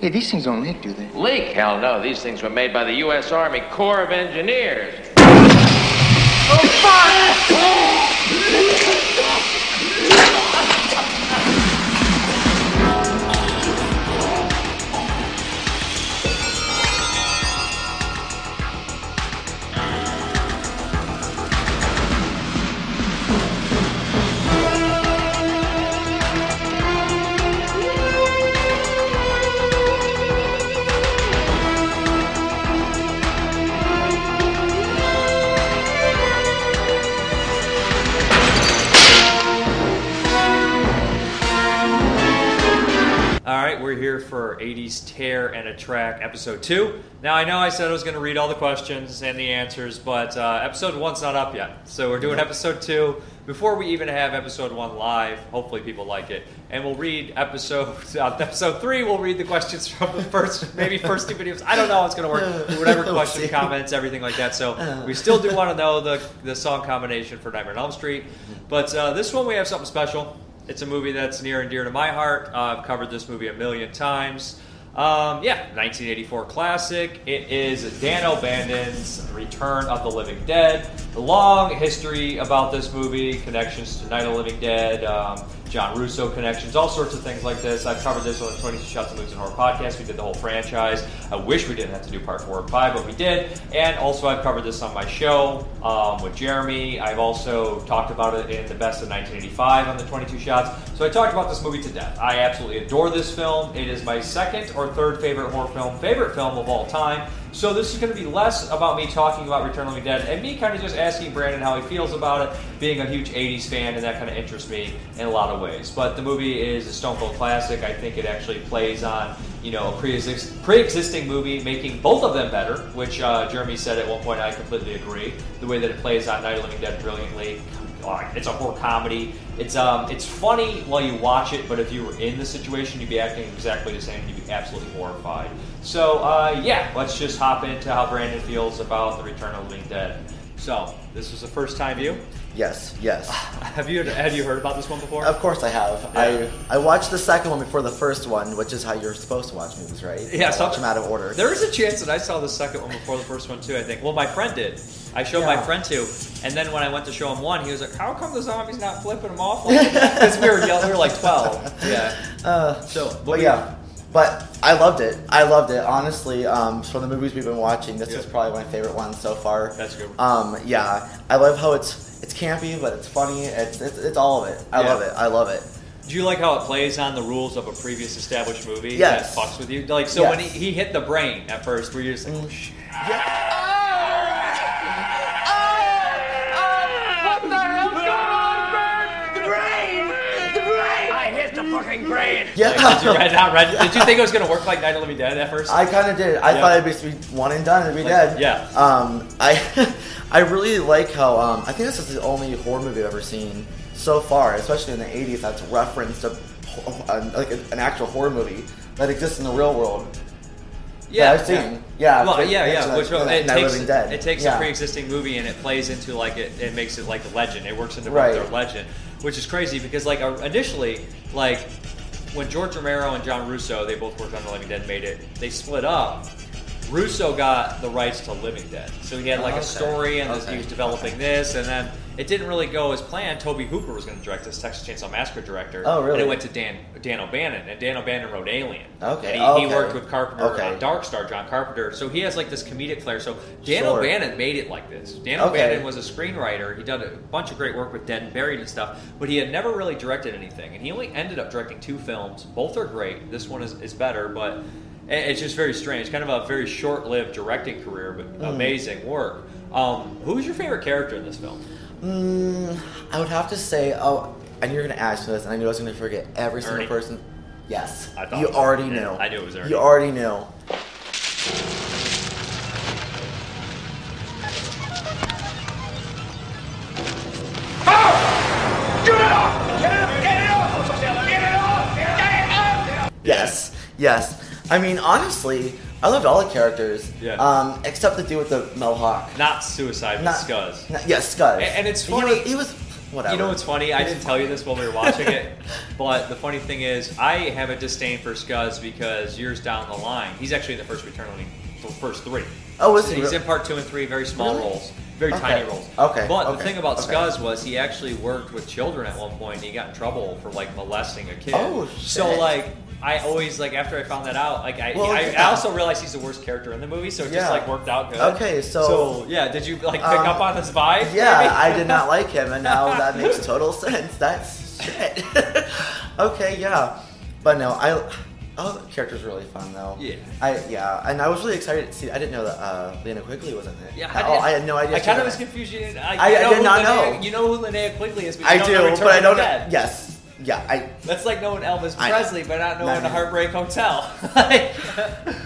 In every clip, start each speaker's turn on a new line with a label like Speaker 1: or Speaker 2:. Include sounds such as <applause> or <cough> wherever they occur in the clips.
Speaker 1: Hey, these things don't leak, do they?
Speaker 2: Leak? Hell no. These things were made by the U.S. Army Corps of Engineers.
Speaker 3: All right, we're here for 80s Tear and a Track, Episode 2. Now, I know I said I was going to read all the questions and the answers, but uh, Episode 1's not up yet. So we're doing Episode 2 before we even have Episode 1 live. Hopefully, people like it. And we'll read Episode <laughs> uh, episode 3, we'll read the questions from the first, maybe first two videos. I don't know how it's going to work.
Speaker 1: <laughs>
Speaker 3: Whatever
Speaker 1: We'll
Speaker 3: question,
Speaker 1: see. Uh.
Speaker 3: comments, everything like that.
Speaker 1: <laughs>
Speaker 3: So we still do want to know the, the song combination for Nightmare on Elm Street. But uh, this one, we have something special. It's a movie that's near and dear to my heart. Uh, I've covered this movie a million times. Um, yeah, 1984 classic. It is Dan O'Bandon's Return of the Living Dead. The long history about this movie, connections to Night of the Living Dead, um, John Russo connections, all sorts of things like this. I've covered this on the 22 Shots of Movies and Horror podcast. We did the whole franchise. I wish we didn't have to do part four and five, but we did. And also, I've covered this on my show um, with Jeremy. I've also talked about it in the best of 1985 on the 22 Shots. So I talked about this movie to death. I absolutely adore this film. It is my second or third favorite horror film, favorite film of all time. So this is going to be less about me talking about Return of the Living Dead and me kind of just asking Brandon how he feels about it, being a huge 80s fan, and that kind of interests me in a lot of ways. But the movie is a Stone Cold classic. I think it actually plays on, you know, a pre-exist- pre-existing movie, making both of them better, which uh, Jeremy said at one point, I completely agree. The way that it plays on Night of the Living Dead brilliantly. Like, It's a horror comedy. It's um, it's funny while you watch it, but if you were in the situation, you'd be acting exactly the same. You'd be absolutely horrified. So uh, yeah, let's just hop into how Brandon feels about the Return of the Living Dead. So this was a first time view.
Speaker 1: Yes, yes.
Speaker 3: <laughs> Have you have you heard about this one before?
Speaker 1: Of course I have.
Speaker 3: Yeah.
Speaker 1: I I watched the second one before the first one, which is how you're supposed to watch movies, right?
Speaker 3: Yeah,
Speaker 1: I
Speaker 3: so-
Speaker 1: watch them out of order.
Speaker 3: There is a chance that I saw the second one before the first one too. I think. Well, my friend did. I showed my
Speaker 1: Yeah.
Speaker 3: friend two, and then when I went to show him one, he was like, "How come the zombie's not flipping him off?" Because we were young, we were like
Speaker 1: <laughs>
Speaker 3: twelve. Yeah.
Speaker 1: Uh,
Speaker 3: So, what
Speaker 1: but
Speaker 3: we-
Speaker 1: yeah, but I loved it. I loved it. Honestly, um, from the movies we've been watching, this
Speaker 3: Yeah.
Speaker 1: is probably my favorite one so far.
Speaker 3: That's a good one.
Speaker 1: Um, yeah, I love how it's it's campy, but it's funny. It's it's, it's all of it. I
Speaker 3: Yeah.
Speaker 1: love it. I love it.
Speaker 3: Do you like how it plays on the rules of a previous established movie
Speaker 1: Yes.
Speaker 3: that fucks with you? Like, so when
Speaker 1: Yes.
Speaker 3: he, he hit the brain at first, where you're just like, oh, shit.
Speaker 4: Ah!
Speaker 1: Yeah.
Speaker 3: <laughs> Like, did you read not read?
Speaker 1: <laughs>
Speaker 3: Did you think it was gonna work like Night of the Living Dead at first?
Speaker 1: I kind of did. I
Speaker 3: Yeah.
Speaker 1: thought it'd just be one and done and be dead.
Speaker 3: yeah.
Speaker 1: Um, I <laughs> I really like how um, I think this is the only horror movie I've ever seen so far, especially in the '80s, that's referenced a, a, like an actual horror movie that exists in the real world.
Speaker 3: yeah,
Speaker 1: I've seen. Yeah,
Speaker 3: well,
Speaker 1: but-
Speaker 3: yeah,
Speaker 1: it's
Speaker 3: yeah.
Speaker 1: like
Speaker 3: Which one-
Speaker 1: Night
Speaker 3: it
Speaker 1: of the
Speaker 3: takes
Speaker 1: Living Dead.
Speaker 3: it takes a
Speaker 1: Yeah.
Speaker 3: pre-existing movie and it plays into like it, it makes it like a legend. It works into
Speaker 1: Right.
Speaker 3: their legend, which is crazy because like uh, initially like when George Romero and John Russo they both worked on The Living Dead made it they split up. Russo got the rights to Living Dead, so he had like
Speaker 1: Oh, Okay.
Speaker 3: a story and this- he
Speaker 1: Okay.
Speaker 3: was developing this, and then it didn't really go as planned. Toby Hooper was going to direct this Texas Chainsaw Massacre director.
Speaker 1: Oh, really?
Speaker 3: And it went to Dan Dan O'Bannon, and Dan O'Bannon wrote Alien.
Speaker 1: Okay.
Speaker 3: And he, he
Speaker 1: Okay.
Speaker 3: worked with Carpenter
Speaker 1: Okay.
Speaker 3: on Dark Star, John Carpenter. So he has like this comedic flair. So Dan
Speaker 1: Sure.
Speaker 3: O'Bannon made it like this. Dan
Speaker 1: Okay.
Speaker 3: O'Bannon was a screenwriter. He did a bunch of great work with Dead and Buried and stuff, but he had never really directed anything. And he only ended up directing two films. Both are great. This one is, is better, but it- it's just very strange. Kind of a very short lived directing career, but
Speaker 1: Hmm.
Speaker 3: amazing work. Um, who's your favorite character in this film?
Speaker 1: Mm, I would have to say, oh, and you're gonna ask this, and I knew I was gonna forget every
Speaker 3: Ernie.
Speaker 1: single person. Yes,
Speaker 3: I thought
Speaker 1: you
Speaker 3: it was
Speaker 1: already
Speaker 3: Ernie.
Speaker 1: knew.
Speaker 3: I knew it was Ernie.
Speaker 1: You already knew. Yes, yes. I mean, honestly, I loved all the characters.
Speaker 3: Yeah.
Speaker 1: Um, except the dude with the mohawk.
Speaker 3: Not Suicide, but
Speaker 1: Not-
Speaker 3: Scuzz.
Speaker 1: not- yes, Scuzz.
Speaker 3: A- and it's
Speaker 1: He was-
Speaker 3: funny-
Speaker 1: He was, Whatever.
Speaker 3: You know what's funny? I didn't tell you this when we were watching
Speaker 1: <laughs>
Speaker 3: it, but the funny thing is, I have a disdain for Scuzz because years down the line, he's actually in the first Return League, the first three.
Speaker 1: Oh, is he
Speaker 3: He's
Speaker 1: really?
Speaker 3: in part two and three, very small
Speaker 1: Really?
Speaker 3: roles, very
Speaker 1: Okay.
Speaker 3: tiny roles.
Speaker 1: Okay,
Speaker 3: But the
Speaker 1: okay,
Speaker 3: thing about
Speaker 1: okay.
Speaker 3: Scuzz was he actually worked with children at one point, and he got in trouble for like molesting a kid.
Speaker 1: Oh,
Speaker 3: so
Speaker 1: shit.
Speaker 3: like. I always like after I found that out. Like I,
Speaker 1: Well,
Speaker 3: I,
Speaker 1: yeah.
Speaker 3: I also realized he's the worst character in the movie, so it
Speaker 1: Yeah.
Speaker 3: just like worked out good.
Speaker 1: Okay, so-
Speaker 3: yeah, did you like pick
Speaker 1: Um,
Speaker 3: up on his vibe? maybe?
Speaker 1: Yeah,
Speaker 3: <laughs>
Speaker 1: I did not like him, and now that makes total sense. That's shit. <laughs> okay, yeah, but no, I. Oh, the character's really fun though.
Speaker 3: Yeah.
Speaker 1: I yeah, and I was really excited to see. I didn't know that uh, Lena Quigley was in it.
Speaker 3: Yeah,
Speaker 1: I,
Speaker 3: I,
Speaker 1: oh,
Speaker 3: did.
Speaker 1: I had no idea.
Speaker 3: I
Speaker 1: she
Speaker 3: kind of
Speaker 1: in
Speaker 3: was
Speaker 1: it.
Speaker 3: confused. You didn't,
Speaker 1: I-
Speaker 3: I, you
Speaker 1: I
Speaker 3: know
Speaker 1: did
Speaker 3: who
Speaker 1: not
Speaker 3: Linnea-
Speaker 1: know.
Speaker 3: You know who Linnea Quigley is, but you
Speaker 1: I
Speaker 3: don't
Speaker 1: do,
Speaker 3: know Return
Speaker 1: but I
Speaker 3: of
Speaker 1: don't.
Speaker 3: the Dead.
Speaker 1: Yes, yeah, I
Speaker 3: That's like knowing Elvis
Speaker 1: I-
Speaker 3: Presley, but not knowing
Speaker 1: Not
Speaker 3: the
Speaker 1: me.
Speaker 3: Heartbreak Hotel. <laughs>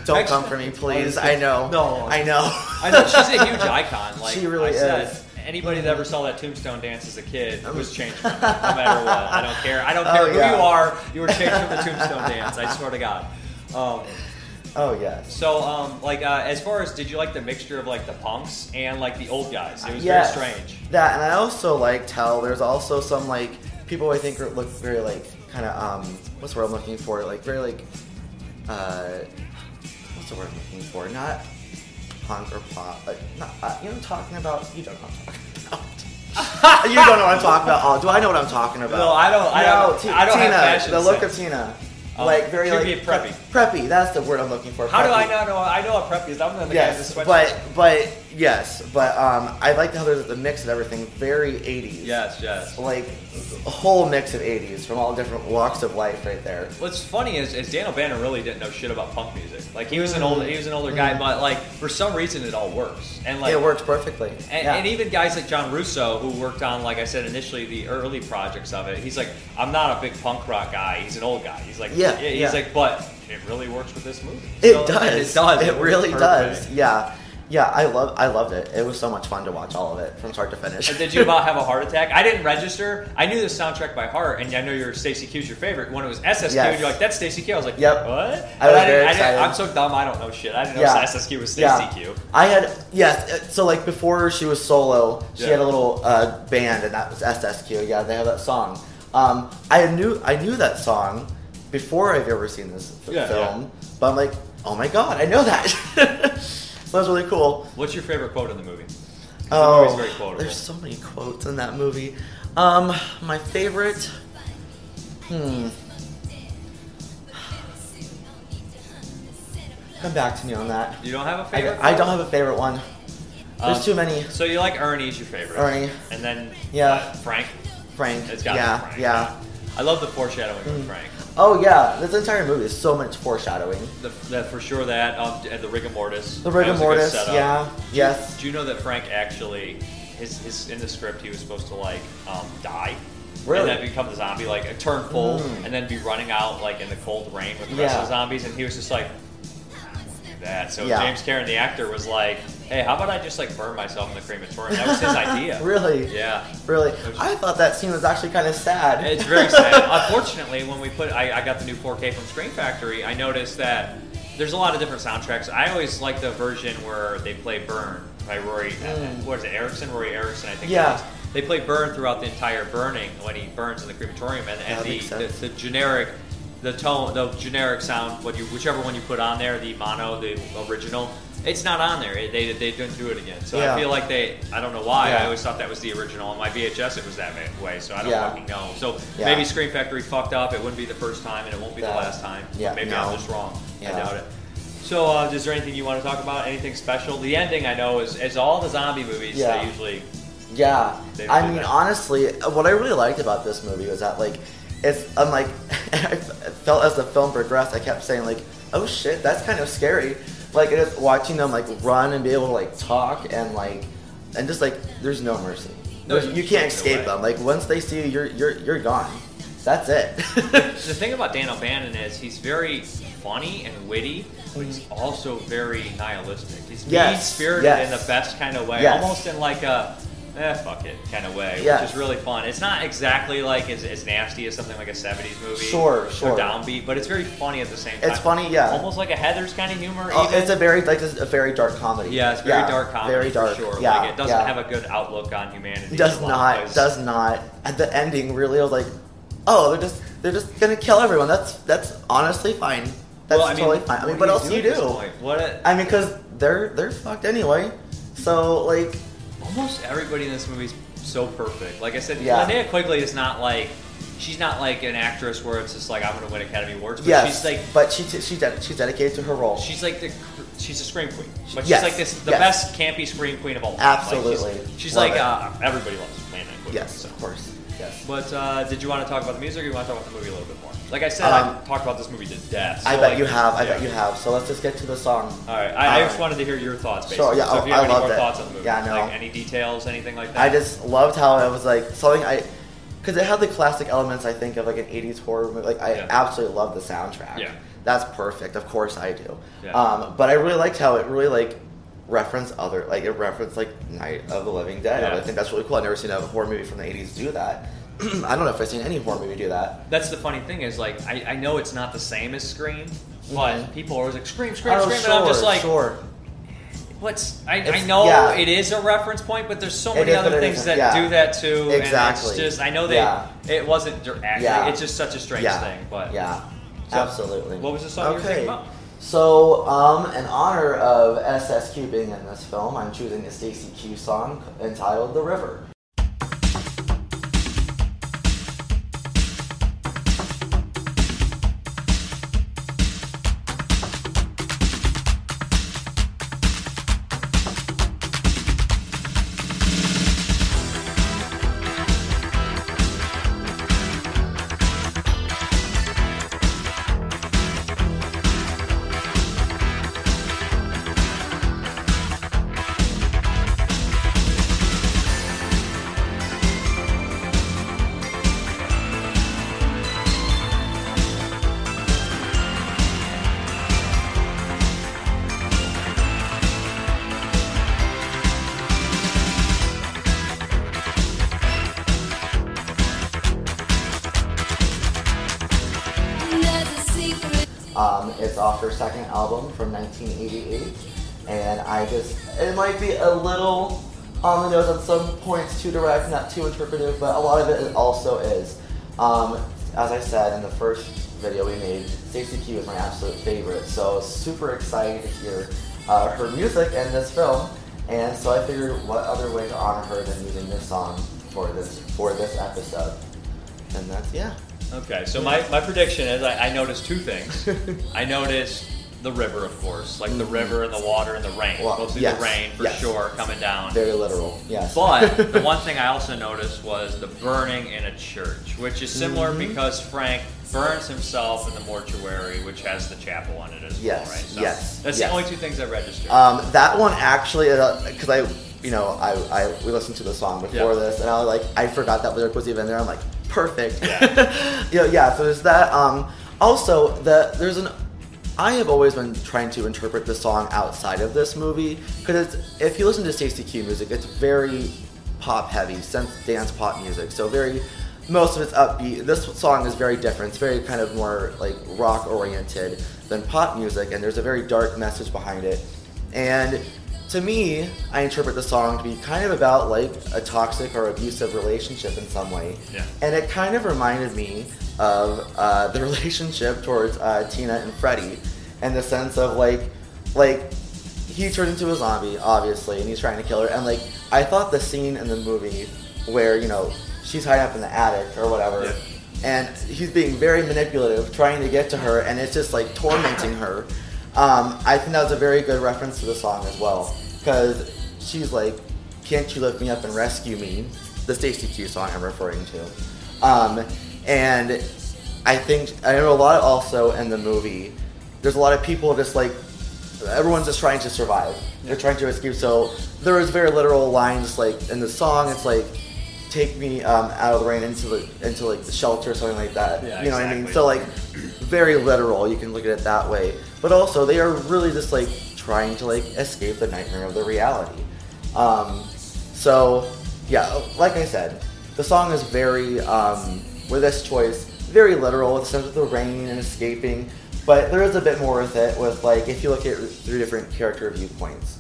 Speaker 1: don't
Speaker 3: Actually-
Speaker 1: come for me, please. I know.
Speaker 3: No.
Speaker 1: <laughs> I know.
Speaker 3: I know she's a huge icon. Like
Speaker 1: <laughs> She really
Speaker 3: I said,
Speaker 1: is.
Speaker 3: Anybody that ever saw that Tombstone dance as a kid
Speaker 1: Um.
Speaker 3: was
Speaker 1: <laughs>
Speaker 3: changed. From it, no matter what, I don't care. I don't
Speaker 1: Oh,
Speaker 3: care who
Speaker 1: yeah.
Speaker 3: you are. You were changed from the Tombstone dance. I swear to God. Um,
Speaker 1: oh yes.
Speaker 3: so, um, like, uh, as far as did you like the mixture of like the punks and like the old guys? It was
Speaker 1: Yes.
Speaker 3: very strange.
Speaker 1: That, and I also liked how there's also some like people I think are, look very like kind of um what's the word I'm looking for like very like uh what's the word I'm looking for not punk or pop like not uh, you know what I'm talking about you don't know what I'm talking <laughs> about you don't know what I'm talking about oh do I know what I'm talking about
Speaker 3: No, I don't- I
Speaker 1: No,
Speaker 3: don't-
Speaker 1: Ti-
Speaker 3: I don't have
Speaker 1: Tina
Speaker 3: fashion
Speaker 1: the look
Speaker 3: sense.
Speaker 1: of Tina
Speaker 3: Um,
Speaker 1: like very
Speaker 3: she'd
Speaker 1: like
Speaker 3: be preppy.
Speaker 1: preppy that's the word I'm looking for
Speaker 3: How do I
Speaker 1: preppy
Speaker 3: not know? I know what prep is. I'm one of the guys
Speaker 1: yes,
Speaker 3: that
Speaker 1: but but yes, but um, I liked how there's the mix of everything, very 80s.
Speaker 3: yes, yes.
Speaker 1: like a whole mix of 80s from all different walks of life, right there.
Speaker 3: What's funny is, is Daniel Banner really didn't know shit about punk music. Like he was an old he was an older guy, but like for some reason it all works. And like
Speaker 1: Mm. it works perfectly.
Speaker 3: And,
Speaker 1: Yeah.
Speaker 3: and even guys like John Russo, who worked on, like I said initially, the early projects of it, he's like, I'm not a big punk rock guy. He's an old guy. He's like,
Speaker 1: Yeah,
Speaker 3: he's
Speaker 1: yeah.
Speaker 3: like, but it really works with this movie.
Speaker 1: it
Speaker 3: So- and
Speaker 1: does.
Speaker 3: It does.
Speaker 1: It
Speaker 3: works
Speaker 1: really does.
Speaker 3: perfect.
Speaker 1: Yeah, yeah. I love. I loved it. It was so much fun to watch all of it from start to finish.
Speaker 3: And
Speaker 1: <laughs>
Speaker 3: Did you about have a heart attack? I didn't register. I knew the soundtrack by heart, and I know your Stacy Q's your favorite. When it was SSQ,
Speaker 1: Yes.
Speaker 3: you're like, "That's Stacy Q." I was like,
Speaker 1: Yep.
Speaker 3: what?"
Speaker 1: I
Speaker 3: But
Speaker 1: was
Speaker 3: didn't-
Speaker 1: very
Speaker 3: I didn't,
Speaker 1: excited.
Speaker 3: I'm so dumb. I don't know shit. I didn't know SSQ was Stacy
Speaker 1: Yeah.
Speaker 3: Q.
Speaker 1: I had yes. uh, So like before she was solo, she
Speaker 3: Yeah.
Speaker 1: had a little uh, band, and that was SSQ. Yeah, they have that song. Um, I knew I knew that song before I've ever seen this f-
Speaker 3: Yeah,
Speaker 1: film, but I'm like, oh my god, I know that. <laughs> so that's really cool.
Speaker 3: What's your favorite quote in the movie? 'Cause the movie's
Speaker 1: Oh,
Speaker 3: very quotable.
Speaker 1: there's so many quotes in that movie. Um, my favorite. Hmm. <sighs> Come back to me on that.
Speaker 3: you don't have a favorite.
Speaker 1: I, I don't
Speaker 3: quote?
Speaker 1: have a favorite one.
Speaker 3: Um,
Speaker 1: There's too many.
Speaker 3: So you like Ernie's your favorite?
Speaker 1: Ernie.
Speaker 3: And then
Speaker 1: Yeah.
Speaker 3: uh, Frank.
Speaker 1: Frank.
Speaker 3: It's got
Speaker 1: yeah,
Speaker 3: Frank.
Speaker 1: yeah.
Speaker 3: I love the foreshadowing with Frank.
Speaker 1: Oh yeah, this entire movie is so much foreshadowing.
Speaker 3: The, the, for sure that um, and the rigor mortis.
Speaker 1: The
Speaker 3: That
Speaker 1: rigor
Speaker 3: was a good
Speaker 1: mortis.
Speaker 3: setup.
Speaker 1: Yeah. Yes.
Speaker 3: Do you know that Frank actually, his, his in the script he was supposed to like um, die,
Speaker 1: Really?
Speaker 3: and then become the zombie, like a turn full,
Speaker 1: Mm.
Speaker 3: and then be running out like in the cold rain with the rest
Speaker 1: Yeah.
Speaker 3: of the zombies, and he was just like, "I won't do that. So
Speaker 1: Yeah.
Speaker 3: James Cameron, the actor, was like, hey, how about I just like burn myself in the crematorium? That was
Speaker 1: <laughs>
Speaker 3: his idea.
Speaker 1: Really.
Speaker 3: Yeah.
Speaker 1: Really. I thought that scene was actually kind of sad.
Speaker 3: It's very
Speaker 1: <laughs>
Speaker 3: sad. Unfortunately, when we put, I, I got the new 4K from Screen Factory. I noticed that there's a lot of different soundtracks. I always like the version where they play "Burn" by Rory. uh,
Speaker 1: Mm.
Speaker 3: What is it, Erickson? Rory Erickson, I think. it
Speaker 1: Yeah.
Speaker 3: is. They play "Burn" throughout the entire "Burning" when he burns in the crematorium, and,
Speaker 1: That
Speaker 3: and the,
Speaker 1: makes sense.
Speaker 3: the the generic. The tone, the generic sound, what you, whichever one you put on there, the mono, the original, it's not on there. It- They, they didn't do it again. So
Speaker 1: Yeah.
Speaker 3: I feel like they, I don't know why.
Speaker 1: Yeah.
Speaker 3: I always thought that was the original. On my VHS, it was that way. So I don't
Speaker 1: Yeah.
Speaker 3: fucking know. So
Speaker 1: Yeah.
Speaker 3: Maybe Screen Factory fucked up. It wouldn't be the first time, and it won't be
Speaker 1: Yeah.
Speaker 3: the last time.
Speaker 1: Yeah,
Speaker 3: Maybe
Speaker 1: no.
Speaker 3: I'm just wrong. I
Speaker 1: Yeah.
Speaker 3: doubt it. So, uh, is there anything you want to talk about? Anything special? The ending, I know, is, is all the zombie movies.
Speaker 1: Yeah.
Speaker 3: They usually
Speaker 1: Yeah,
Speaker 3: They
Speaker 1: I
Speaker 3: do
Speaker 1: mean,
Speaker 3: that.
Speaker 1: honestly, what I really liked about this movie was that like, it's I'm like, <laughs> I felt as the film progressed, I kept saying like, oh shit, that's kind of scary. Like, just watching them like run and be able to like talk and like, and just like, there's no mercy.
Speaker 3: No,
Speaker 1: There's-
Speaker 3: you
Speaker 1: you
Speaker 3: can't
Speaker 1: can't
Speaker 3: get
Speaker 1: escape
Speaker 3: away.
Speaker 1: them. Like once they see you, you're you're you're gone. That's it. <laughs>
Speaker 3: the thing about Dan O'Bannon is he's very funny and witty, but he's also very nihilistic. He's
Speaker 1: Yes,
Speaker 3: mean spirited
Speaker 1: Mm-hmm. yes.
Speaker 3: in the best kind of way,
Speaker 1: Yes.
Speaker 3: almost in like a eh, fuck it kind of way, which
Speaker 1: Yes.
Speaker 3: is really fun. It's not exactly like as, as nasty as something like a 70s movie.
Speaker 1: Sure,
Speaker 3: Or
Speaker 1: sure.
Speaker 3: downbeat, but it's very funny at the same time.
Speaker 1: It's funny, yeah.
Speaker 3: Almost like a Heather's kind of humor.
Speaker 1: Oh,
Speaker 3: even.
Speaker 1: it's a very like this is a very dark comedy.
Speaker 3: yeah, it's very dark comedy
Speaker 1: Very dark.
Speaker 3: for sure.
Speaker 1: Yeah,
Speaker 3: like, it doesn't
Speaker 1: yeah.
Speaker 3: have a good outlook on humanity.
Speaker 1: does
Speaker 3: in a lot of
Speaker 1: not
Speaker 3: ways.
Speaker 1: does not at the ending really I was like oh they're just they're just gonna kill everyone that's that's honestly fine that's
Speaker 3: Well, I mean,
Speaker 1: totally fine i mean what
Speaker 3: do
Speaker 1: else do you
Speaker 3: at this
Speaker 1: do
Speaker 3: point? What a-
Speaker 1: i mean because they're they're fucked anyway so like
Speaker 3: almost everybody in this movie is so perfect. Like I said,
Speaker 1: Yeah.
Speaker 3: Linnea Quigley is not like she's not like an actress where it's just like I'm going to win Academy Awards. But
Speaker 1: yes
Speaker 3: she's like
Speaker 1: but she she's ded- she's dedicated to her role
Speaker 3: she's like the she's a scream queen. But she's
Speaker 1: Yes,
Speaker 3: like this the
Speaker 1: yes.
Speaker 3: best campy scream queen of all time.
Speaker 1: Absolutely.
Speaker 3: Like, she's she's
Speaker 1: Love
Speaker 3: like
Speaker 1: it.
Speaker 3: uh, everybody loves Linnea Quigley.
Speaker 1: yes
Speaker 3: so.
Speaker 1: of course yes
Speaker 3: But uh, did you want to talk about the music, or you want to talk about the movie a little bit more? Like I said,
Speaker 1: Um,
Speaker 3: I talked about this movie to death.
Speaker 1: i
Speaker 3: so,
Speaker 1: bet
Speaker 3: like,
Speaker 1: you have i
Speaker 3: yeah.
Speaker 1: bet you have so let's just get to the song
Speaker 3: All right, I, I
Speaker 1: Um,
Speaker 3: just wanted to hear your thoughts. Basically.
Speaker 1: Sure, yeah,
Speaker 3: so if
Speaker 1: I-
Speaker 3: you have
Speaker 1: I
Speaker 3: any more
Speaker 1: loved it.
Speaker 3: thoughts on the movie,
Speaker 1: Yeah, I know.
Speaker 3: like any details, anything like that.
Speaker 1: I just loved how it was like something I, because it had the classic elements I think of like an '80s horror movie. Like I
Speaker 3: Yeah.
Speaker 1: absolutely love the soundtrack.
Speaker 3: Yeah.
Speaker 1: that's perfect. Of course I do.
Speaker 3: Yeah.
Speaker 1: Um, but I really liked how it really like referenced other like it referenced like Night of the Living Dead.
Speaker 3: Yeah.
Speaker 1: I think that's really cool. I've never seen a horror movie from the '80s do that. <clears throat> I don't know if I've seen any horror movie do that.
Speaker 3: That's the funny thing is like I, I know it's not the same as Scream, but
Speaker 1: Mhm.
Speaker 3: people are always like Scream, Scream,
Speaker 1: Oh,
Speaker 3: Scream, and I'm just like,
Speaker 1: sure.
Speaker 3: what's? I, I
Speaker 1: It's-
Speaker 3: know
Speaker 1: yeah.
Speaker 3: it is a reference point, but there's so
Speaker 1: It
Speaker 3: many
Speaker 1: is,
Speaker 3: other
Speaker 1: but it
Speaker 3: things that
Speaker 1: isn't. Yeah.
Speaker 3: do that too. And
Speaker 1: Exactly.
Speaker 3: it's just I know they
Speaker 1: Yeah.
Speaker 3: it wasn't dir- actually.
Speaker 1: Yeah.
Speaker 3: It's just such a strange
Speaker 1: yeah.
Speaker 3: thing, but
Speaker 1: yeah,
Speaker 3: So,
Speaker 1: absolutely.
Speaker 3: what was the song you were thinking about?
Speaker 1: So, um, in honor of SSQ being in this film, I'm choosing a Stacy Q song entitled "The River." Um, it's off her second album from 1988, and I just it might be a little on the nose on some points, too direct, not too interpretive, but a lot of it also is. Um, as I said in the first video we made, Stacey Q is my absolute favorite, so super excited to hear uh, her music in this film, and so I figured what other way to honor her than using this song for this for this episode, and that's yeah.
Speaker 3: Okay, so my, my prediction is I, I noticed two
Speaker 1: <laughs>
Speaker 3: things. I noticed the river, of course, like the river and the water and the rain.
Speaker 1: Well,
Speaker 3: Mostly
Speaker 1: Mm-hmm. yes,
Speaker 3: the rain for
Speaker 1: yes.
Speaker 3: sure coming down.
Speaker 1: Very literal, yes.
Speaker 3: But
Speaker 1: <laughs>
Speaker 3: the one thing I also noticed was the burning in a church, which is similar
Speaker 1: Mm-hmm.
Speaker 3: because Frank burns himself in the mortuary, which has the chapel on it as
Speaker 1: Yes,
Speaker 3: well, right?
Speaker 1: yes,
Speaker 3: That's
Speaker 1: yes.
Speaker 3: the only two things I registered.
Speaker 1: Um, that one actually, because I, you know, I, I we listened to the song before
Speaker 3: Yeah.
Speaker 1: this, and I was like, I forgot that lyric was even there. I'm like, perfect.
Speaker 3: Yeah.
Speaker 1: you know, <laughs> yeah. So there's that. Um, also, the there's an. I have always been trying to interpret the song outside of this movie because it's if you listen to Stacey Q music, it's very pop heavy, synth dance pop music. So very. Most of it's upbeat. This song is very different. It's very kind of more like rock oriented than pop music, and there's a very dark message behind it. And to me, I interpret the song to be kind of about like a toxic or abusive relationship in some way.
Speaker 3: Yeah.
Speaker 1: And it kind of reminded me of uh, the <laughs> relationship towards uh, Tina and Freddie, in the sense of like, like he turned into a zombie, obviously, and he's trying to kill her. And like, I thought the scene in the movie where you know she's hiding up in the attic or whatever.
Speaker 3: Yeah.
Speaker 1: And he's being very manipulative, trying to get to her, and it's just like tormenting her. Um, I think that was a very good reference to the song as well, because she's like, "Can't you lift me up and rescue me?" The Stacey Q song I'm referring to, um, and I think I know a lot also in the movie. There's a lot of people just like everyone's just trying to survive. They're trying to escape. So there is very literal lines like in the song. It's like, "Take me um, out of the rain into the into like the shelter or something like that."
Speaker 3: Yeah,
Speaker 1: you know what I mean?
Speaker 3: exactly.
Speaker 1: So like very literal. You can look at it that way. But also, they are really just like trying to like escape the nightmare of the reality. Um, so yeah, like I said, the song is very, um, with this choice, very literal in the sense of the rain and escaping, but there is a bit more with it, with like, if you look at it through different character viewpoints.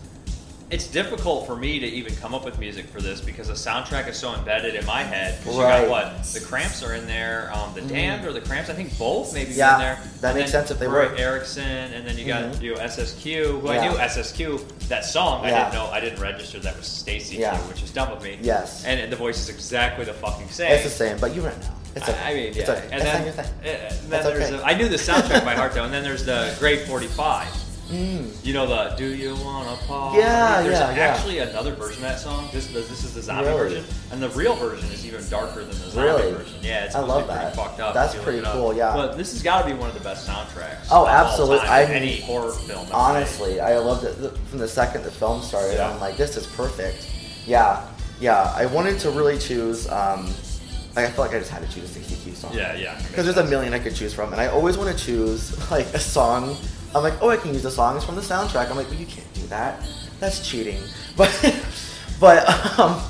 Speaker 3: It's difficult for me to even come up with music for this because the soundtrack is so embedded in my head. 'Cause
Speaker 1: Right. Mm-hmm.
Speaker 3: you got what the Cramps are in there, um, the Damned or the Cramps. I think both maybe were
Speaker 1: Yeah,
Speaker 3: in there.
Speaker 1: that
Speaker 3: And
Speaker 1: makes
Speaker 3: then
Speaker 1: sense if they
Speaker 3: Roy
Speaker 1: were.
Speaker 3: Erickson, and then you got
Speaker 1: Mhm.
Speaker 3: you know, SSQ. Who
Speaker 1: Yeah.
Speaker 3: I knew SSQ. That song I
Speaker 1: Yeah.
Speaker 3: didn't know. I didn't register that was Stacy
Speaker 1: Yeah.
Speaker 3: Q, which is dumb of me.
Speaker 1: Yes.
Speaker 3: And, the voice is exactly the fucking same.
Speaker 1: It's the same, but you right now. It's
Speaker 3: I-
Speaker 1: okay.
Speaker 3: I mean,
Speaker 1: it's
Speaker 3: yeah.
Speaker 1: okay.
Speaker 3: And
Speaker 1: It's
Speaker 3: then,
Speaker 1: not your thing.
Speaker 3: uh, and
Speaker 1: That's
Speaker 3: then there's
Speaker 1: okay.
Speaker 3: the- I knew the soundtrack by
Speaker 1: <laughs>
Speaker 3: heart though, and then there's the Grade 45.
Speaker 1: Hmm.
Speaker 3: You know the Do You Wanna Party?
Speaker 1: Yeah,
Speaker 3: There's
Speaker 1: yeah, yeah.
Speaker 3: actually another version of that song. This the, this is the zombie
Speaker 1: Really?
Speaker 3: version, and the real version is even darker than the zombie
Speaker 1: Really?
Speaker 3: version. Yeah, it's
Speaker 1: I
Speaker 3: supposed to
Speaker 1: love
Speaker 3: be
Speaker 1: that.
Speaker 3: pretty fucked up.
Speaker 1: That's
Speaker 3: if you look
Speaker 1: pretty
Speaker 3: it up.
Speaker 1: cool, yeah.
Speaker 3: But this has got to be one of the best soundtracks.
Speaker 1: Oh,
Speaker 3: of all
Speaker 1: absolute-
Speaker 3: time
Speaker 1: I
Speaker 3: of
Speaker 1: mean,
Speaker 3: any horror film. I'd say.
Speaker 1: Honestly, I loved it th- from the second the film started.
Speaker 3: Yeah.
Speaker 1: I'm like, this is perfect. Yeah, yeah. I wanted to really choose. Um, like, I felt like I just had to choose a 60 Q song.
Speaker 3: Yeah, yeah.
Speaker 1: Because there's a million I could choose from, and I always want to choose like a song. I'm like, oh, I can use the song. It's from the soundtrack. I'm like, well, you can't do that. That's cheating. <laughs> But, but, um,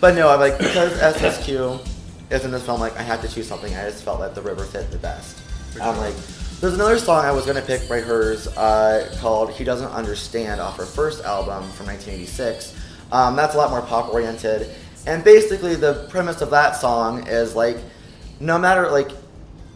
Speaker 1: but no, I'm like because SSQ is in this film. Like, I had to choose something. I just felt that the river fit the best.
Speaker 3: For
Speaker 1: I'm
Speaker 3: sure.
Speaker 1: like, there's another song I was gonna pick by hers uh, called "He Doesn't Understand" off her first album from 1986. Um, that's a lot more pop oriented, and basically the premise of that song is like, no matter like,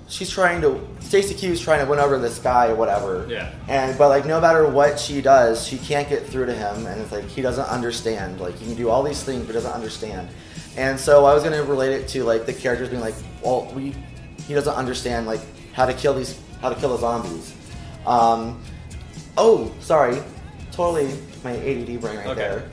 Speaker 1: she's trying to Stacey Q is trying to win over this guy or whatever.
Speaker 3: Yeah.
Speaker 1: And but like no matter what she does, she can't get through to him, and it's like he doesn't understand. Like he can do all these things, but doesn't understand. And so I was gonna relate it to like the characters being like, well, we he doesn't understand like how to kill these how to kill the zombies. Um, oh, sorry, totally my ADD brain right
Speaker 3: Okay.
Speaker 1: there.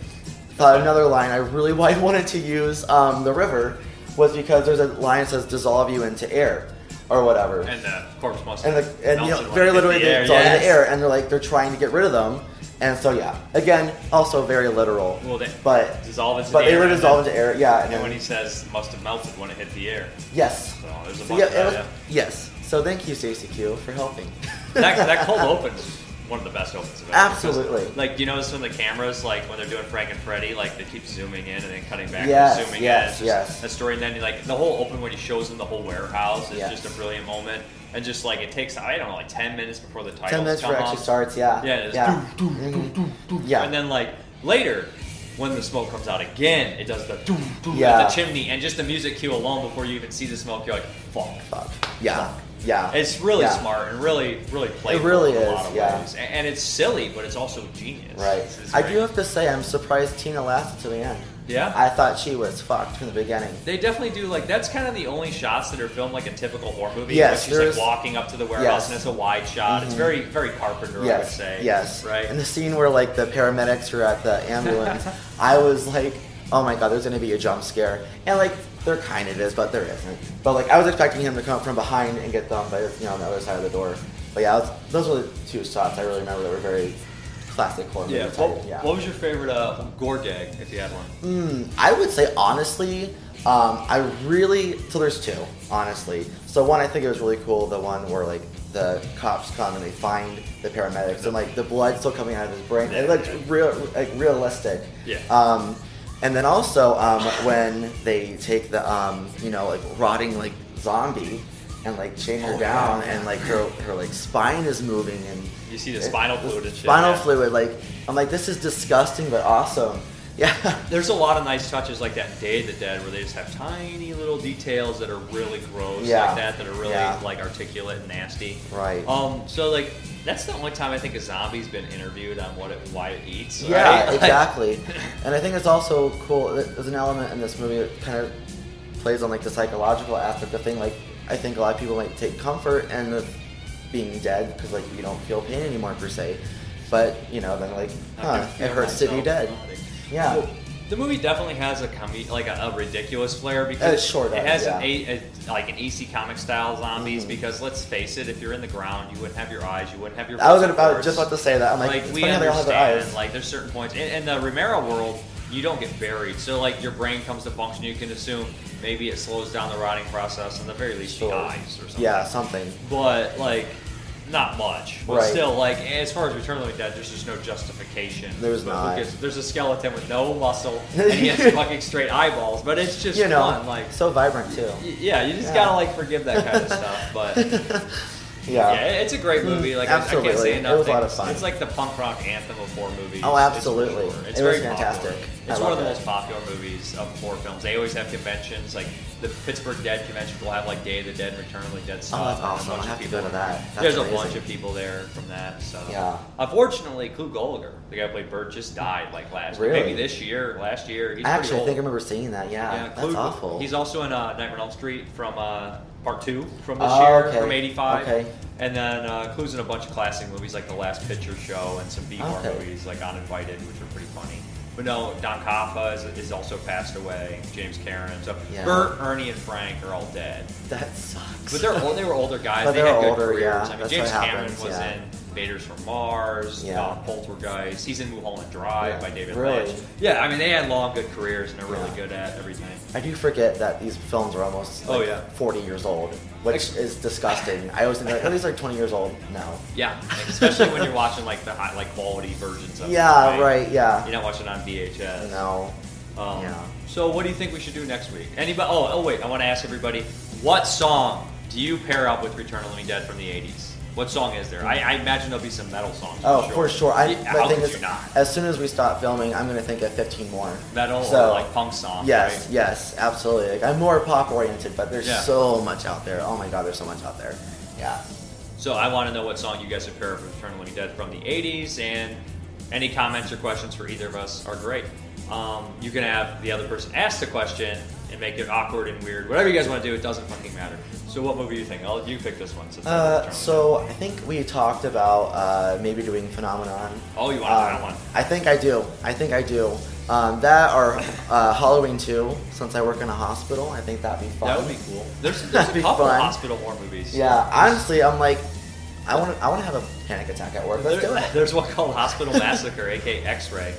Speaker 1: Uh, another line I really <laughs> why I wanted to use um, the river was because there's a line that says dissolve you into air or whatever
Speaker 3: And uh, the corpse must
Speaker 1: and
Speaker 3: have
Speaker 1: the, and you know,
Speaker 3: melted
Speaker 1: very
Speaker 3: like
Speaker 1: literally
Speaker 3: in the
Speaker 1: they're
Speaker 3: air.
Speaker 1: all in
Speaker 3: Yes.
Speaker 1: the air, and they're like they're trying to get rid of them, and so yeah, again, also very literal.
Speaker 3: Well, they
Speaker 1: but
Speaker 3: dissolve into
Speaker 1: but
Speaker 3: the
Speaker 1: they
Speaker 3: air
Speaker 1: were
Speaker 3: and
Speaker 1: dissolved
Speaker 3: then-
Speaker 1: into air, yeah.
Speaker 3: And
Speaker 1: And
Speaker 3: then when
Speaker 1: then,
Speaker 3: he says must have melted when it hit the air.
Speaker 1: yes,
Speaker 3: So there's a
Speaker 1: So,
Speaker 3: bunch
Speaker 1: yeah,
Speaker 3: of that,
Speaker 1: it was-
Speaker 3: yeah.
Speaker 1: yes. So thank you, Stacey Q, for helping.
Speaker 3: that,
Speaker 1: <laughs>
Speaker 3: that cold open is one of the best opens of ever.
Speaker 1: Absolutely.
Speaker 3: Because, Like you notice when the cameras, like when they're doing Frank and Freddy, like they keep zooming in and then cutting back,
Speaker 1: Yes,
Speaker 3: and zooming
Speaker 1: yes,
Speaker 3: in. It's
Speaker 1: yes.
Speaker 3: just A story, and then like the whole open when he shows them the whole warehouse is
Speaker 1: Yes.
Speaker 3: just a brilliant moment, and just like it takes I don't know like ten minutes before the titles
Speaker 1: Ten minutes
Speaker 3: come
Speaker 1: before it actually
Speaker 3: up.
Speaker 1: starts, yeah,
Speaker 3: Yeah, it's
Speaker 1: yeah, Mm-hmm. yeah.
Speaker 3: And then like later, when the smoke comes out again, it does the doom doom
Speaker 1: Yeah.
Speaker 3: at the chimney, and just the music cue alone before you even see the smoke, you're like, fuck.
Speaker 1: Fuck. yeah, yeah.
Speaker 3: It's really
Speaker 1: Yeah.
Speaker 3: smart and really, really playful.
Speaker 1: really
Speaker 3: in a
Speaker 1: is,
Speaker 3: lot of
Speaker 1: yeah.
Speaker 3: ways. A- And, it's silly, but it's also genius.
Speaker 1: Right.
Speaker 3: It's- it's
Speaker 1: I
Speaker 3: very-
Speaker 1: do have to say, I'm surprised Tina lasted to the end.
Speaker 3: Yeah?
Speaker 1: I thought she was fucked from the beginning.
Speaker 3: They definitely do like that's kind of the only shots that are filmed like a typical horror movie.
Speaker 1: Yes,
Speaker 3: where she's
Speaker 1: there is-
Speaker 3: like walking up to the warehouse
Speaker 1: Yes. Mm-hmm.
Speaker 3: and it's a wide shot. It's very, very Carpenter, I would
Speaker 1: Yes.
Speaker 3: say.
Speaker 1: Yes.
Speaker 3: Right.
Speaker 1: And the scene where like the paramedics are at the ambulance,
Speaker 3: <laughs>
Speaker 1: I was like, oh my god, there's gonna be a jump scare, and like there kind of is, but there isn't. But like I was expecting him to come from behind and get them, but you know on the other side of the door. But yeah, I was, those were the two shots I really remember that were very classic horror.
Speaker 3: yeah.
Speaker 1: movie type,
Speaker 3: What, what was your favorite uh, gore gag if you had one?
Speaker 1: I would say honestly, um, I really so there's two honestly. So one I think it was really cool the one where like the cops come and they find the paramedics and like the blood still coming out of his brain. It looked real like realistic.
Speaker 3: Yeah.
Speaker 1: Um, and then also um, when they take the um, you know like rotting like zombie and like chain
Speaker 3: Oh,
Speaker 1: her down and like her her like spine is moving and
Speaker 3: You see the spinal fluid and shit.
Speaker 1: spinal
Speaker 3: yeah.
Speaker 1: fluid like I'm like this is disgusting but awesome. <laughs> Yeah.
Speaker 3: There's a lot of nice touches like that in Day of the Dead where they just have tiny little details that are really gross
Speaker 1: Yeah.
Speaker 3: like that that are really
Speaker 1: Yeah.
Speaker 3: like articulate and nasty.
Speaker 1: Right.
Speaker 3: Um so like that's the only time I think a zombie's been interviewed on what it why it eats.
Speaker 1: Yeah,
Speaker 3: right? <laughs> Like,
Speaker 1: exactly. and I think it's also cool. There's an element in this movie that kind of plays on like the psychological aspect of thing. Like I think a lot of people might take comfort in the being dead because like you don't feel pain anymore per se. But you know, then like,
Speaker 3: I
Speaker 1: huh,
Speaker 3: can
Speaker 1: it
Speaker 3: feel
Speaker 1: hurts to be
Speaker 3: myself
Speaker 1: dead.
Speaker 3: nodding.
Speaker 1: Yeah.
Speaker 3: Well, the movie definitely has a com- like a, a ridiculous flair because
Speaker 1: It sure does,
Speaker 3: it has
Speaker 1: yeah.
Speaker 3: an a, a, like an EC comic style zombies
Speaker 1: Mhm.
Speaker 3: because let's face it, if you're in the ground, you wouldn't have your eyes, you wouldn't have your.
Speaker 1: I was
Speaker 3: vocal
Speaker 1: about
Speaker 3: cords.
Speaker 1: just about to say that. I'm like,
Speaker 3: like,
Speaker 1: it's
Speaker 3: we
Speaker 1: funny how they all have their
Speaker 3: understand
Speaker 1: eyes.
Speaker 3: like there's certain points in, in the Romero world you don't get buried so like your brain comes to function you can assume maybe it slows down the rotting process and the very least
Speaker 1: Sure.
Speaker 3: you dies or something
Speaker 1: yeah, something.
Speaker 3: but like not much, but
Speaker 1: Right.
Speaker 3: still, like as far as Return of the Living Dead, there's just no justification.
Speaker 1: There's
Speaker 3: But
Speaker 1: not.
Speaker 3: who gives- there's a skeleton with no
Speaker 1: <laughs>
Speaker 3: muscle and he has fucking straight eyeballs, but it's just
Speaker 1: you know,
Speaker 3: fun. Like,
Speaker 1: so vibrant too.
Speaker 3: y- yeah, you just
Speaker 1: Yeah.
Speaker 3: gotta like forgive <laughs> that kind of stuff. But yeah,
Speaker 1: <laughs> Yeah. Mm-hmm.
Speaker 3: it- it's a great movie. Like I, I can't
Speaker 1: Absolutely.
Speaker 3: say
Speaker 1: It
Speaker 3: enough.
Speaker 1: was a lot
Speaker 3: things.
Speaker 1: of fun.
Speaker 3: It's like the punk rock anthem of horror movies.
Speaker 1: Oh,
Speaker 3: It's-
Speaker 1: absolutely.
Speaker 3: It's,
Speaker 1: It was
Speaker 3: very
Speaker 1: fantastic.
Speaker 3: Popular.
Speaker 1: I
Speaker 3: It's one of
Speaker 1: love
Speaker 3: the
Speaker 1: it.
Speaker 3: most popular movies of horror films. They always have conventions, like the Pittsburgh Dead convention will have like Day of the Dead and Return of the Dead stuff.
Speaker 1: Oh, that's
Speaker 3: and a
Speaker 1: awesome.
Speaker 3: bunch
Speaker 1: I
Speaker 3: of
Speaker 1: have to
Speaker 3: people
Speaker 1: go to
Speaker 3: are there.
Speaker 1: that. That's
Speaker 3: There's a
Speaker 1: amazing.
Speaker 3: bunch of people there from that. So
Speaker 1: Yeah.
Speaker 3: unfortunately, Clu Gulliger, the guy who played Bert, just died like last
Speaker 1: Really?
Speaker 3: maybe this year, last year. He's
Speaker 1: I
Speaker 3: pretty
Speaker 1: actually
Speaker 3: old.
Speaker 1: think I remember seeing that. Yeah, that's
Speaker 3: Clue-
Speaker 1: awful.
Speaker 3: He's also in uh, Nightmare on Elm Street from uh, Part Two from this
Speaker 1: Oh,
Speaker 3: year,
Speaker 1: okay.
Speaker 3: from '85.
Speaker 1: Okay.
Speaker 3: And then uh, Clue's in a bunch of classic movies like The Last Picture Show and some B horror
Speaker 1: Okay.
Speaker 3: movies like Uninvited, which are pretty funny. But no, Don Kafka is, is also passed away. James Karen. So
Speaker 1: Yeah.
Speaker 3: Bert, Ernie, and Frank are all dead.
Speaker 1: that sucks.
Speaker 3: But they're old, they were older guys.
Speaker 1: But
Speaker 3: they
Speaker 1: they're
Speaker 3: had good
Speaker 1: older,
Speaker 3: careers.
Speaker 1: yeah.
Speaker 3: I mean,
Speaker 1: That's
Speaker 3: James
Speaker 1: what
Speaker 3: Cameron
Speaker 1: happens,
Speaker 3: was
Speaker 1: yeah.
Speaker 3: in Invaders from Mars,
Speaker 1: Yeah.
Speaker 3: uh, Poltergeist. He's in Mulholland Drive
Speaker 1: Yeah.
Speaker 3: by David
Speaker 1: Really?
Speaker 3: Lynch. Yeah, I mean, they had long, good careers, and they're really
Speaker 1: Yeah.
Speaker 3: good at everything.
Speaker 1: I do forget that these films are almost
Speaker 3: Oh,
Speaker 1: like,
Speaker 3: yeah.
Speaker 1: 40 years old, which
Speaker 3: Ex-
Speaker 1: is disgusting. I always think like, oh, these are like 20 years old. No.
Speaker 3: Yeah, like, especially when you're watching like the high, like quality versions of it.
Speaker 1: Yeah, right.
Speaker 3: You're
Speaker 1: Yeah.
Speaker 3: not watching it on VHS.
Speaker 1: No.
Speaker 3: Um,
Speaker 1: Yeah.
Speaker 3: So what do you think we should do next week? Anybody? Oh, oh wait, I want to ask everybody, what song do you pair up with Return of the Living Dead from the '80s? What song is there? I, I imagine there'll be some metal songs.
Speaker 1: Oh, for sure. I,
Speaker 3: Yeah,
Speaker 1: but
Speaker 3: how
Speaker 1: the thing
Speaker 3: could
Speaker 1: is,
Speaker 3: you not?
Speaker 1: as soon as we stop filming, I'm going to think of 15 more.
Speaker 3: Metal
Speaker 1: So,
Speaker 3: or like punk songs.
Speaker 1: Yes,
Speaker 3: right?
Speaker 1: yes, absolutely. Like, I'm more pop oriented, but there's
Speaker 3: Yeah.
Speaker 1: so much out there. Oh my God, there's so much out there. Yeah.
Speaker 3: So I want to know what song you guys would pair up with Return of the Living Dead from the 80s, and any comments or questions for either of us are great. Um, you can have the other person ask the question and make it awkward and weird. Whatever you guys want to do, it doesn't fucking matter. So what movie do you think? I'll, you pick this one. Since I'm Return
Speaker 1: Uh,
Speaker 3: of the
Speaker 1: so I think we talked about uh, maybe doing Phenomenon.
Speaker 3: Oh, you want
Speaker 1: Um,
Speaker 3: that one.
Speaker 1: I think I do. I think I do. Um, that or uh, Halloween 2, since I work in a hospital. I think that'd be
Speaker 3: Dead.
Speaker 1: fun.
Speaker 3: that would be cool.
Speaker 1: <laughs>
Speaker 3: There's, there's
Speaker 1: That'd
Speaker 3: a
Speaker 1: be
Speaker 3: couple
Speaker 1: fun.
Speaker 3: hospital horror movies.
Speaker 1: Yeah, honestly, I'm like, I want to I wanna have a panic attack at work. Let's
Speaker 3: There- <laughs>
Speaker 1: do it.
Speaker 3: there's one called Hospital Massacre, aka X-Ray.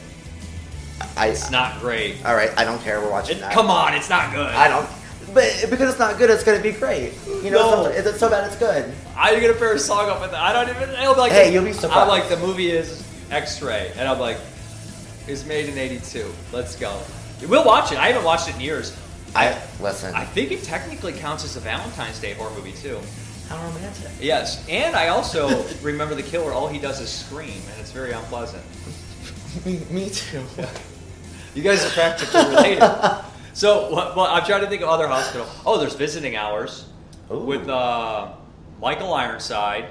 Speaker 1: I,
Speaker 3: It's not great.
Speaker 1: all right, I don't care. We're watching
Speaker 3: It-
Speaker 1: that.
Speaker 3: come on, it's not good.
Speaker 1: I don't. But because it's not good, it's going to be great.
Speaker 3: No.
Speaker 1: You know, sometimes- it's so bad it's good.
Speaker 3: How are you gonna pair a song up with that? I don't even. I'll be like,
Speaker 1: Hey, you'll be
Speaker 3: I'm
Speaker 1: surprised.
Speaker 3: like, the movie is X-ray, and I'm like, it's made in '82. Let's go. We'll watch it. I haven't watched it in years.
Speaker 1: I listen.
Speaker 3: I think it technically counts as a Valentine's Day horror movie too.
Speaker 1: how romantic. <laughs>
Speaker 3: Yes, and I also <laughs> remember the killer. All he does is scream, and it's very unpleasant.
Speaker 1: me, me too.
Speaker 3: You guys are practically related. so, what, well, I'm trying to think of other hospital. Oh, there's visiting hours
Speaker 1: Ooh.
Speaker 3: with uh, Michael Ironside,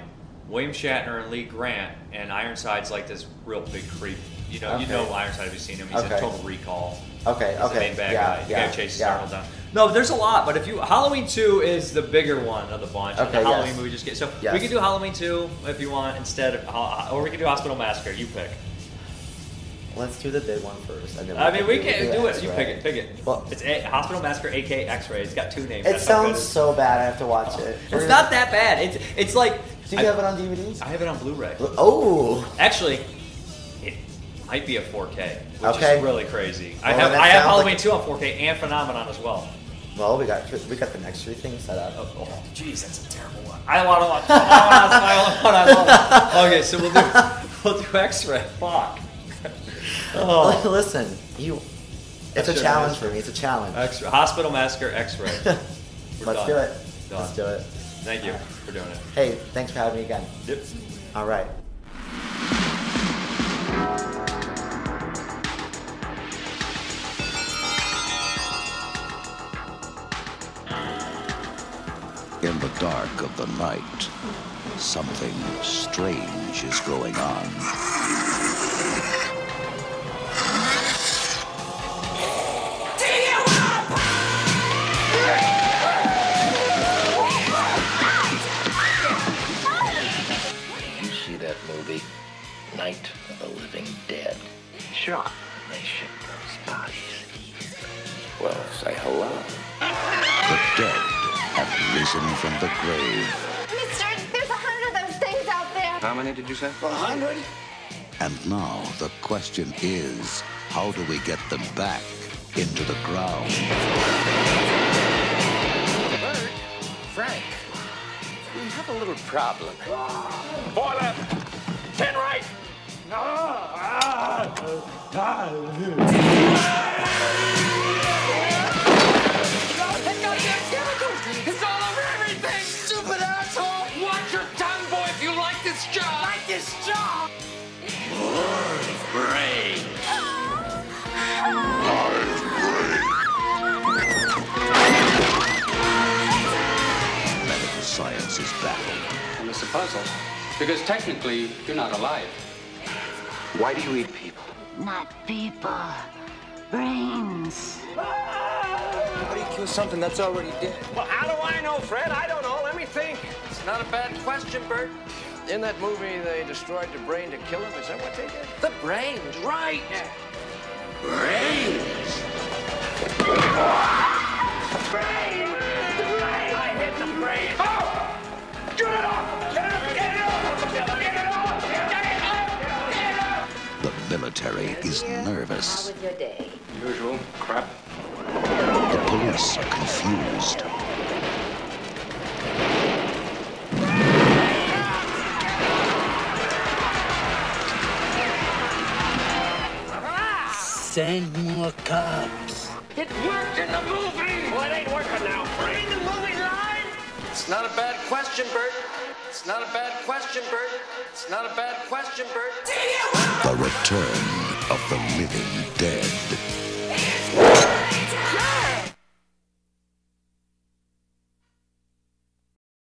Speaker 3: William Shatner, and Lee Grant. And Ironside's like this real big creep. You know, you
Speaker 1: Okay.
Speaker 3: know Ironside. Have you seen him? He's
Speaker 1: Okay.
Speaker 3: in Total Recall.
Speaker 1: Okay,
Speaker 3: He's the
Speaker 1: okay,
Speaker 3: main bad
Speaker 1: yeah,
Speaker 3: guy. The
Speaker 1: yeah,
Speaker 3: guy who chases
Speaker 1: yeah.
Speaker 3: Arnold down. No, there's a lot, but if you Halloween two is the bigger one of the bunch.
Speaker 1: Okay,
Speaker 3: the Halloween
Speaker 1: yes.
Speaker 3: movie just get so we
Speaker 1: Yes.
Speaker 3: could do Halloween two if you want instead of Ho- or we could do Hospital Massacre. You pick.
Speaker 1: Let's do the big one first. And then
Speaker 3: I mean, we can
Speaker 1: the
Speaker 3: do it. You
Speaker 1: X-ray.
Speaker 3: pick it. Pick it.
Speaker 1: Well-
Speaker 3: it's a, Hospital Massacre, aka X-Ray. It's got two names.
Speaker 1: It
Speaker 3: That's how good
Speaker 1: sounds so bad. I have to watch
Speaker 3: it
Speaker 1: it.
Speaker 3: is.
Speaker 1: We're
Speaker 3: It's
Speaker 1: gonna-
Speaker 3: not that bad. It's it's like.
Speaker 1: Do you
Speaker 3: I,
Speaker 1: have it on DVD?
Speaker 3: I have it on Blu-ray.
Speaker 1: Oh,
Speaker 3: Actually, it might be a 4K, which
Speaker 1: Okay.
Speaker 3: is really crazy. I
Speaker 1: Well,
Speaker 3: have
Speaker 1: that
Speaker 3: I have
Speaker 1: sounds
Speaker 3: Halloween
Speaker 1: like-
Speaker 3: two on 4K and Phenomenon as well.
Speaker 1: well, we got we got the next three things set up.
Speaker 3: Oh, oh, jeez, that's a terrible one. I want to watch. I want to watch. I want to
Speaker 1: <laughs>
Speaker 3: watch. Okay, so we'll do we'll do X-Ray. Fuck. Oh.
Speaker 1: <laughs> Listen, you. It's
Speaker 3: That
Speaker 1: a
Speaker 3: should've
Speaker 1: challenge
Speaker 3: been
Speaker 1: for me. It's a challenge.
Speaker 3: <laughs> X-Ray. Hospital Massacre
Speaker 1: <laughs>
Speaker 3: X-Ray. We're
Speaker 1: Let's
Speaker 3: done.
Speaker 1: do it.
Speaker 3: Done.
Speaker 1: Let's do it.
Speaker 3: Thank you for doing it.
Speaker 1: Hey, thanks for having me again.
Speaker 3: Yep.
Speaker 1: All right.
Speaker 5: In the dark of the night, something strange is going on.
Speaker 6: You see that movie, Night of the Living Dead? Sure. They ship those bodies. Well, say hello.
Speaker 5: The dead have risen from the grave,
Speaker 7: Mister, there's a hundred of those things out there.
Speaker 8: How many did you say?
Speaker 5: and now the question is how do we get them back into the ground?
Speaker 6: Bert, Frank, we have a little problem.
Speaker 8: Four left. Ten right.
Speaker 9: It's all over everything! Stupid asshole! Watch your tongue, boy, if you like this job! Like this job!
Speaker 5: Medical science is baffled.
Speaker 4: And it's a puzzle. Because technically, you're not alive.
Speaker 6: Why do you eat people?
Speaker 10: Not people, brains.
Speaker 6: How do you kill something that's already dead?
Speaker 8: Well, how do I know, Fred? I don't know. Let me think.
Speaker 4: It's not a bad question, Bert.
Speaker 6: In that movie, they destroyed the brain to kill him. Is that what they did?
Speaker 4: The brain's right.
Speaker 8: I hit the brain. Oh! Get it off! Get it off! Get it off! Get it off! Get it off! Get it off!
Speaker 5: The military is nervous.
Speaker 10: With your day.
Speaker 4: Usual crap.
Speaker 5: The police are confused.
Speaker 10: Send more cops.
Speaker 8: It worked in the movie! Well, it ain't working now. Brain the movie line?
Speaker 4: It's not a bad question, Bert. It's not a bad question, Bert. It's not a bad question, Bert.
Speaker 5: The return of the living dead.